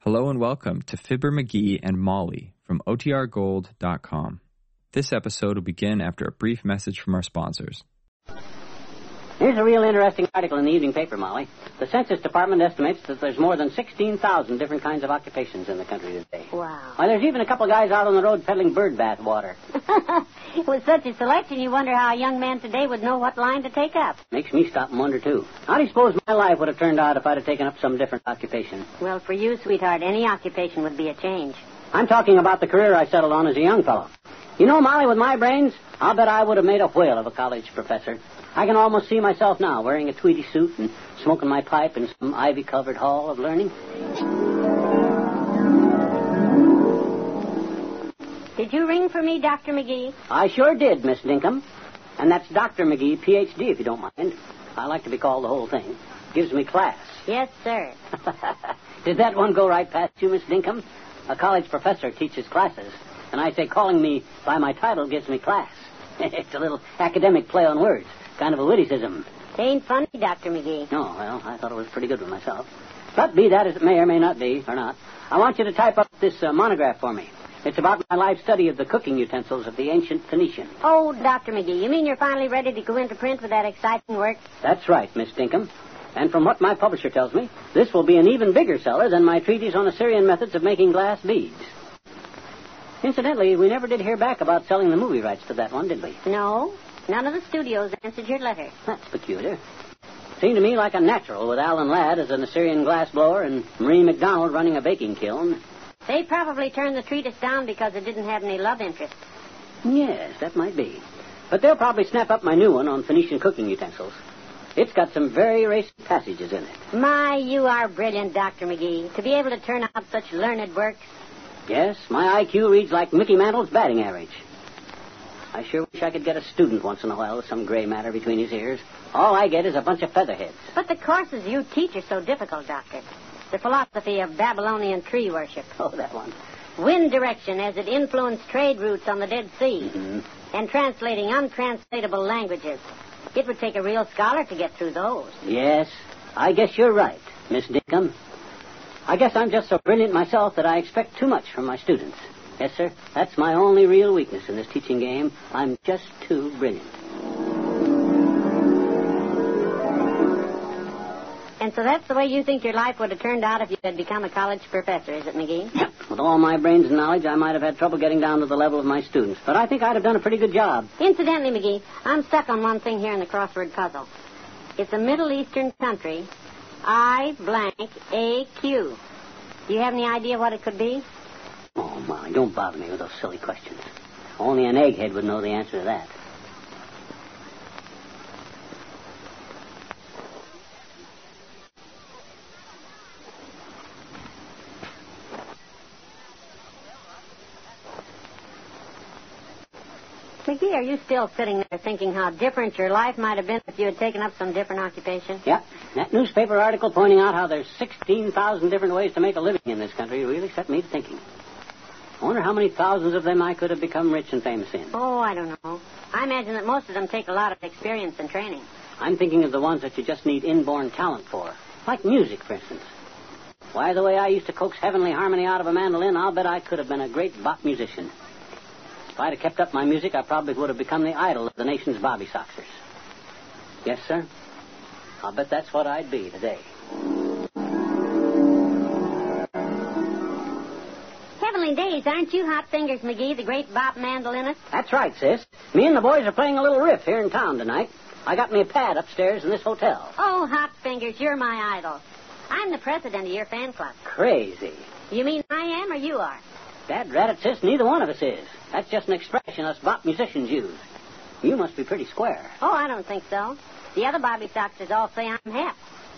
Hello and welcome to Fibber McGee and Molly from OTRGold.com. This episode will begin after a brief message from our sponsors. Here's a real interesting article in the evening paper, Molly. The Census Department estimates that there's more than 16,000 different kinds of occupations in the country today. Wow. Why, there's even a couple guys out on the road peddling bird bath water. With such a selection, you wonder how a young man today would know what line to take up. Makes me stop and wonder, too. How do you suppose my life would have turned out if I'd have taken up some different occupation? Well, for you, sweetheart, any occupation would be a change. I'm talking about the career I settled on as a young fellow. You know, Molly, with my brains, I'll bet I would have made a whale of a college professor. I can almost see myself now wearing a tweedy suit and smoking my pipe in some ivy covered hall of learning. Did you ring for me, Dr. McGee? I sure did, Miss Dinkum. And that's Dr. McGee, PhD, if you don't mind. I like to be called the whole thing. Gives me class. Yes, sir. Did that one go right past you, Miss Dinkum? A college professor teaches classes, and I say calling me by my title gives me class. it's a little academic play on words, kind of a witticism. It ain't funny, Dr. McGee. No, well, I thought it was pretty good one myself. But be that as it may or may not be, or not, I want you to type up this uh, monograph for me. It's about my life study of the cooking utensils of the ancient Phoenicians. Oh, Dr. McGee, you mean you're finally ready to go into print with that exciting work? That's right, Miss Dinkum. And from what my publisher tells me, this will be an even bigger seller than my treatise on Assyrian methods of making glass beads. Incidentally, we never did hear back about selling the movie rights to that one, did we? No. None of the studios answered your letter. That's peculiar. Seemed to me like a natural with Alan Ladd as an Assyrian glass blower and Marie McDonald running a baking kiln. They probably turned the treatise down because it didn't have any love interest. Yes, that might be. But they'll probably snap up my new one on Phoenician cooking utensils. It's got some very racist passages in it. My, you are brilliant, Dr. McGee, to be able to turn out such learned work. Yes, my IQ reads like Mickey Mantle's batting average. I sure wish I could get a student once in a while with some gray matter between his ears. All I get is a bunch of featherheads. But the courses you teach are so difficult, Doctor. The philosophy of Babylonian tree worship, Oh, that one. wind direction as it influenced trade routes on the Dead Sea, and translating untranslatable languages. It would take a real scholar to get through those. Yes, I guess you're right, Miss Dinkum. I guess I'm just so brilliant myself that I expect too much from my students. Yes, sir. That's my only real weakness in this teaching game. I'm just too brilliant. And so that's the way you think your life would have turned out if you had become a college professor, is it, McGee? Yep. With all my brains and knowledge, I might have had trouble getting down to the level of my students, but I think I'd have done a pretty good job. Incidentally, McGee, I'm stuck on one thing here in the crossword puzzle. It's a Middle Eastern country, I blank A Q. Do you have any idea what it could be? Oh, Molly, don't bother me with those silly questions. Only an egghead would know the answer to that. McGee, are you still sitting there thinking how different your life might have been if you had taken up some different occupation? Yep. That newspaper article pointing out how there's 16,000 different ways to make a living in this country really set me thinking. I wonder how many thousands of them I could have become rich and famous in. Oh, I don't know. I imagine that most of them take a lot of experience and training. I'm thinking of the ones that you just need inborn talent for, like music, for instance. Why, the way I used to coax heavenly harmony out of a mandolin, I'll bet I could have been a great bop musician. If I'd have kept up my music, I probably would have become the idol of the nation's bobby soxers. Yes, sir. I'll bet that's what I'd be today. Heavenly days, aren't you Hot Fingers McGee, the great bop mandolinist? That's right, sis. Me and the boys are playing a little riff here in town tonight. I got me a pad upstairs in this hotel. Oh, Hot Fingers, you're my idol. I'm the president of your fan club. Crazy. You mean I am or you are? Dad rat it, sis, neither one of us is. That's just an expression us bop musicians use. You must be pretty square. Oh, I don't think so. The other Bobby Soxers all say I'm hep,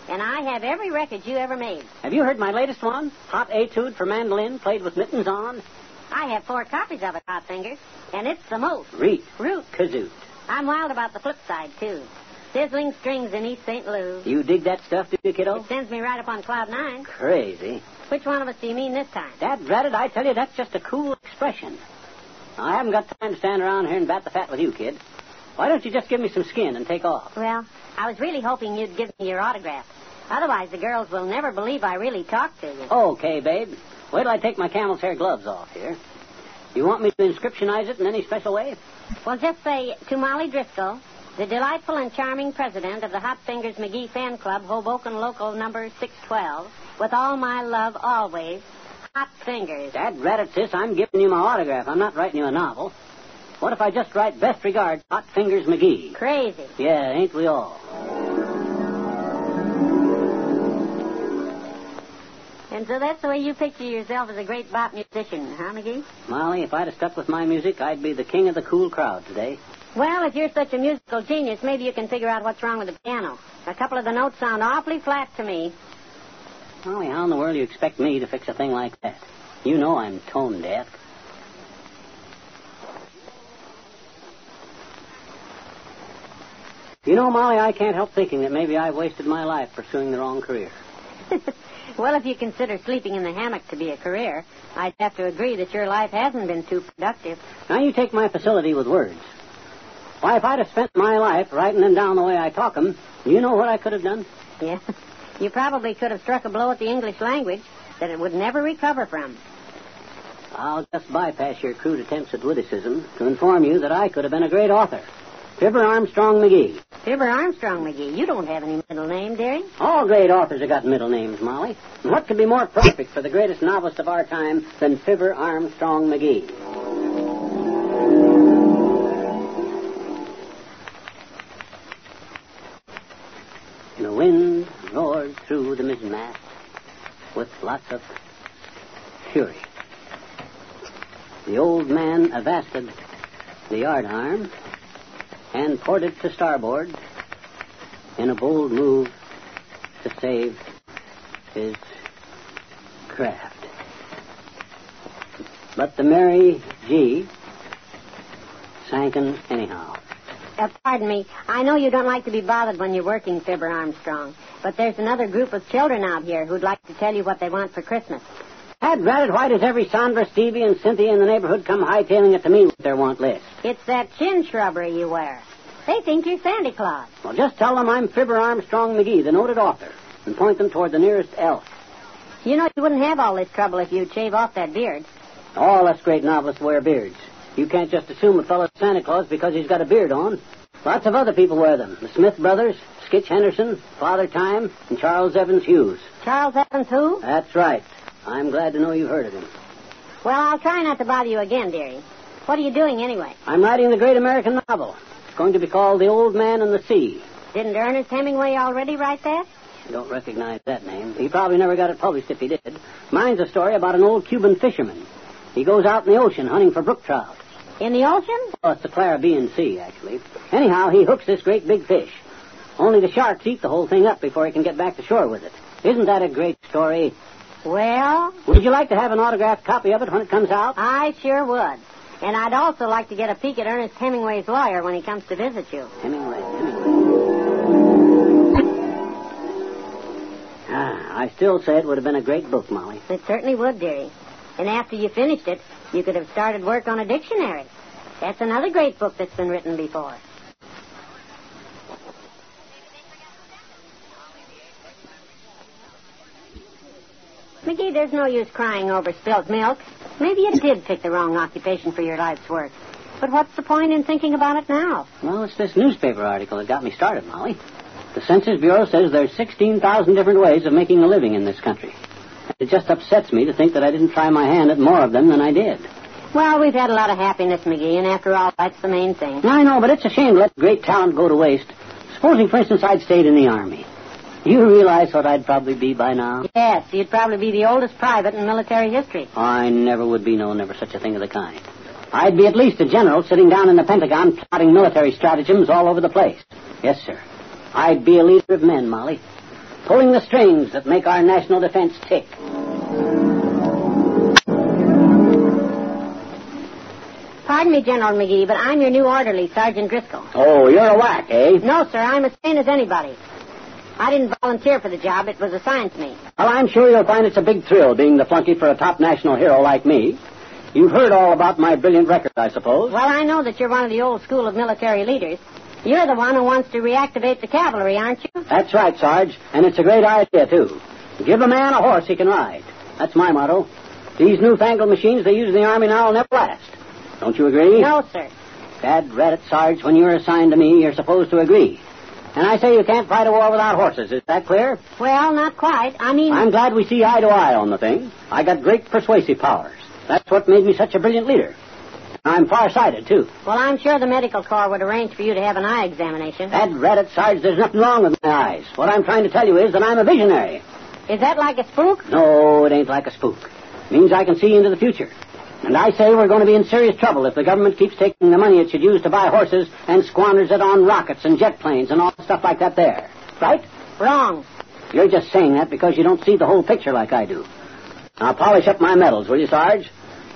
and I have every record you ever made. Have you heard my latest one? Hot Etude for Mandolin, played with mittens on. I have four copies of it, Hot Fingers, and it's the most. Reet. Root. Kazoot. I'm wild about the flip side, too. Sizzling strings in East St. Louis. You dig that stuff, do you, kiddo? It sends me right up on cloud nine. Crazy. Which one of us do you mean this time? Dad rat it, I tell you, that's just a cool expression. Now, I haven't got time to stand around here and bat the fat with you, kid. Why don't you just give me some skin and take off? Well, I was really hoping you'd give me your autograph. Otherwise, the girls will never believe I really talked to you. Okay, babe. Wait till I take my camel's hair gloves off here. You want me to inscriptionize it in any special way? Well, just say to Molly Driscoll, the delightful and charming president of the Hot Fingers McGee Fan Club, Hoboken Local Number 612, with all my love always, Hot Fingers. Dad, rat it, sis. I'm giving you my autograph. I'm not writing you a novel. What if I just write best regards, Hot Fingers McGee? Crazy. Yeah, ain't we all? And so that's the way you picture yourself as a great bop musician, huh, McGee? Molly, if I'd have stuck with my music, I'd be the king of the cool crowd today. Well, if you're such a musical genius, maybe you can figure out what's wrong with the piano. A couple of the notes sound awfully flat to me. Molly, how in the world do you expect me to fix a thing like that? You know I'm tone deaf. You know, Molly, I can't help thinking that maybe I've wasted my life pursuing the wrong career. well, if you consider sleeping in the hammock to be a career, I'd have to agree that your life hasn't been too productive. Now you take my facility with words. Why, if I'd have spent my life writing them down the way I talk 'em, you know what I could have done? Yeah. You probably could have struck a blow at the English language that it would never recover from. I'll just bypass your crude attempts at witticism to inform you that I could have been a great author. Fibber Armstrong McGee. Fibber Armstrong McGee, you don't have any middle name, dearie. All great authors have got middle names, Molly. And what could be more perfect for the greatest novelist of our time than Fibber Armstrong McGee? And the wind roared through the mizzenmast with lots of fury. The old man avasted the yard arm and ported to starboard in a bold move to save his craft. But the Mary G sank in anyhow. Uh, pardon me. I know you don't like to be bothered when you're working, Fibber Armstrong, but there's another group of children out here who'd like to tell you what they want for Christmas. Had ratted, why does every Sandra, Stevie, and Cynthia in the neighborhood come hightailing it to me with their want list? It's that chin shrubbery you wear. They think you're Santa Claus. Well, just tell them I'm Fibber Armstrong McGee, the noted author, and point them toward the nearest elf. You know you wouldn't have all this trouble if you'd shave off that beard. All us great novelists wear beards. You can't just assume a fellow's Santa Claus because he's got a beard on. Lots of other people wear them. The Smith brothers, Skitch Henderson, Father Time, and Charles Evans Hughes. Charles Evans who? That's right. I'm glad to know you've heard of him. Well, I'll try not to bother you again, dearie. What are you doing anyway? I'm writing the great American novel. It's going to be called The Old Man and the Sea. Didn't Ernest Hemingway already write that? You don't recognize that name. He probably never got it published if he did. Mine's a story about an old Cuban fisherman. He goes out in the ocean hunting for brook trout. In the ocean? Oh, it's the Caribbean Sea, actually. Anyhow, he hooks this great big fish. Only the sharks eat the whole thing up before he can get back to shore with it. Isn't that a great story? Well, Would you like to have an autographed copy of it when it comes out? I sure would. And I'd also like to get a peek at Ernest Hemingway's lawyer when he comes to visit you. Hemingway, Hemingway. Ah, I still say it would have been a great book, Molly. It certainly would, dearie. And after you finished it, you could have started work on a dictionary. That's another great book that's been written before. McGee, there's no use crying over spilt milk. Maybe you did pick the wrong occupation for your life's work. But what's the point in thinking about it now? Well, it's this newspaper article that got me started, Molly. The Census Bureau says there's 16,000 different ways of making a living in this country. It just upsets me to think that I didn't try my hand at more of them than I did. Well, we've had a lot of happiness, McGee, and after all, that's the main thing. I know, but it's a shame to let great talent go to waste. Supposing, for instance, I'd stayed in the Army. You realize what I'd probably be by now? Yes, you'd probably be the oldest private in military history. I never would be, no, never such a thing of the kind. I'd be at least a general sitting down in the Pentagon plotting military stratagems all over the place. Yes, sir. I'd be a leader of men, Molly, pulling the strings that make our national defense tick. Pardon me, General McGee, but I'm your new orderly, Sergeant Driscoll. Oh, you're a whack, eh? No, sir, I'm as sane as anybody. I didn't volunteer for the job. It was assigned to me. Well, I'm sure you'll find it's a big thrill being the flunky for a top national hero like me. You've heard all about my brilliant record, I suppose. Well, I know that you're one of the old school of military leaders, You're the one who wants to reactivate the cavalry, aren't you? That's right, Sarge, and it's a great idea, too. Give a man a horse he can ride. That's my motto. These newfangled machines they use in the Army now will never last. Don't you agree? No, sir. Dad read it, Sarge. When you're assigned to me, you're supposed to agree. And I say you can't fight a war without horses. Is that clear? Well, not quite. I mean, I'm glad we see eye to eye on the thing. I got great persuasive powers. That's what made me such a brilliant leader. I'm farsighted, too. well, I'm sure the medical corps would arrange for you to have an eye examination. Dad read it, Sarge. There's nothing wrong with my eyes. What I'm trying to tell you is that I'm a visionary. Is that like a spook? No, it ain't like a spook. means I can see into the future. And I say we're going to be in serious trouble if the government keeps taking the money it should use to buy horses and squanders it on rockets and jet planes and all stuff like that there. Right? Wrong. You're just saying that because you don't see the whole picture like I do. Now polish up my medals, will you, Sarge?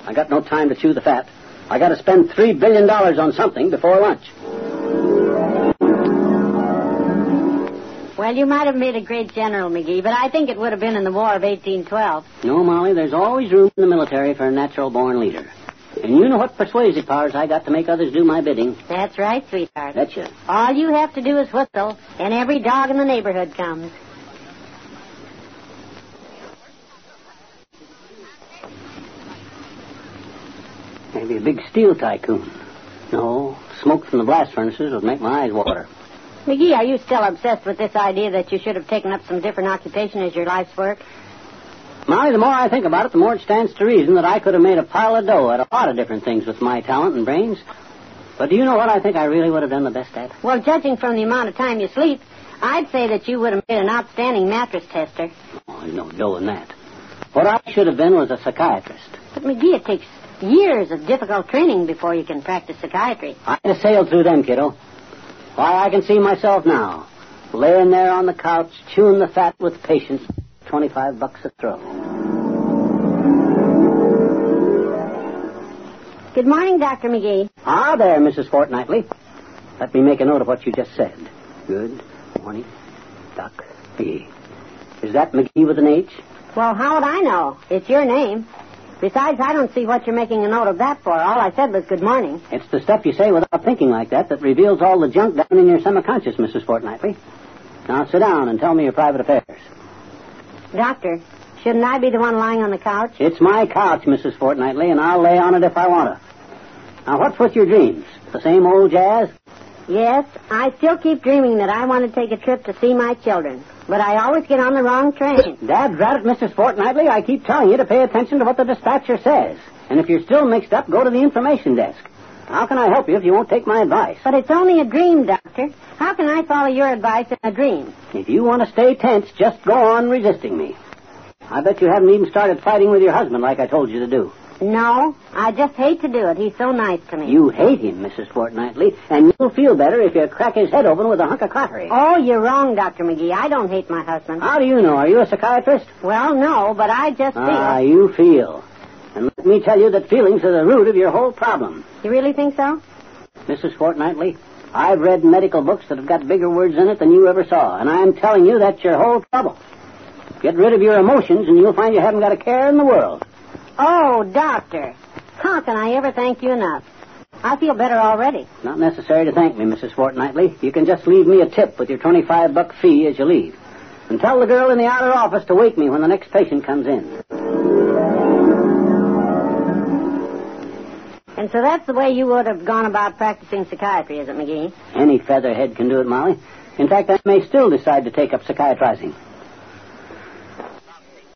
I got no time to chew the fat. I got to spend three billion dollars on something before lunch. Well, you might have made a great general, McGee, but I think it would have been in the War of 1812. No, Molly, there's always room in the military for a natural-born leader. And you know what persuasive powers I got to make others do my bidding. That's right, sweetheart. Betcha. All you have to do is whistle, and every dog in the neighborhood comes. Maybe a big steel tycoon. No, smoke from the blast furnaces would make my eyes water. McGee, are you still obsessed with this idea that you should have taken up some different occupation as your life's work? Molly, the more I think about it, the more it stands to reason that I could have made a pile of dough at a lot of different things with my talent and brains. But do you know what I think I really would have done the best at? Well, judging from the amount of time you sleep, I'd say that you would have been an outstanding mattress tester. Oh, there's no dough in that. What I should have been was a psychiatrist. But McGee, it takes years of difficult training before you can practice psychiatry. I'd have sailed through them, kiddo. Why, I can see myself now, laying there on the couch, chewing the fat with patience, 25 bucks a throw. Good morning, Dr. McGee. Ah, there, Mrs. Fortnightly. Let me make a note of what you just said. Good morning, Doc McGee. Is that McGee with an H? Well, how would I know? It's your name. Besides, I don't see what you're making a note of that for. All I said was good morning. It's the stuff you say without thinking like that that reveals all the junk down in your subconscious, Mrs. Fortnightly. Now sit down and tell me your private affairs. Doctor, shouldn't I be the one lying on the couch? It's my couch, Mrs. Fortnightly, and I'll lay on it if I want to. Now, what's with your dreams? The same old jazz? Yes, I still keep dreaming that I want to take a trip to see my children, but I always get on the wrong train. Dad, rat it, Mrs. Fortnightly. I keep telling you to pay attention to what the dispatcher says. And if you're still mixed up, go to the information desk. How can I help you if you won't take my advice? But it's only a dream, Doctor. How can I follow your advice in a dream? If you want to stay tense, just go on resisting me. I bet you haven't even started fighting with your husband like I told you to do. No, I just hate to do it. He's so nice to me. You hate him, Mrs. Fortnightly, and you'll feel better if you crack his head open with a hunk of crockery. Oh, you're wrong, Dr. McGee. I don't hate my husband. How do you know? Are you a psychiatrist? Well, no, but I just feel. Ah, you feel. And let me tell you that feelings are the root of your whole problem. You really think so? Mrs. Fortnightly, I've read medical books that have got bigger words in it than you ever saw, and I'm telling you that's your whole trouble. Get rid of your emotions, and you'll find you haven't got a care in the world. Oh, Doctor, how can I ever thank you enough? I feel better already. Not necessary to thank me, Mrs. Fortnightly. You can just leave me a tip with your 25 buck fee as you leave. And tell the girl in the outer office to wake me when the next patient comes in. And so that's the way you would have gone about practicing psychiatry, is it, McGee? Any featherhead can do it, Molly. In fact, I may still decide to take up psychiatrizing.